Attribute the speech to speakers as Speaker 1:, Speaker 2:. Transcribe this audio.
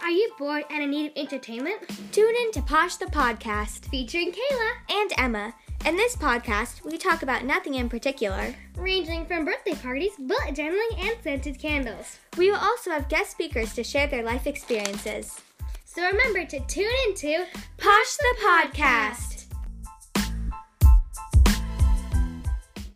Speaker 1: Are you bored and in need of entertainment?
Speaker 2: Tune in to Posh the Podcast
Speaker 1: Featuring Kayla,
Speaker 2: and Emma. In this podcast, we talk about nothing in particular.
Speaker 1: ranging from birthday parties, bullet journaling, and scented candles.
Speaker 2: We will also have guest speakers to share their life experiences.
Speaker 1: So remember to tune into
Speaker 2: Posh the Podcast.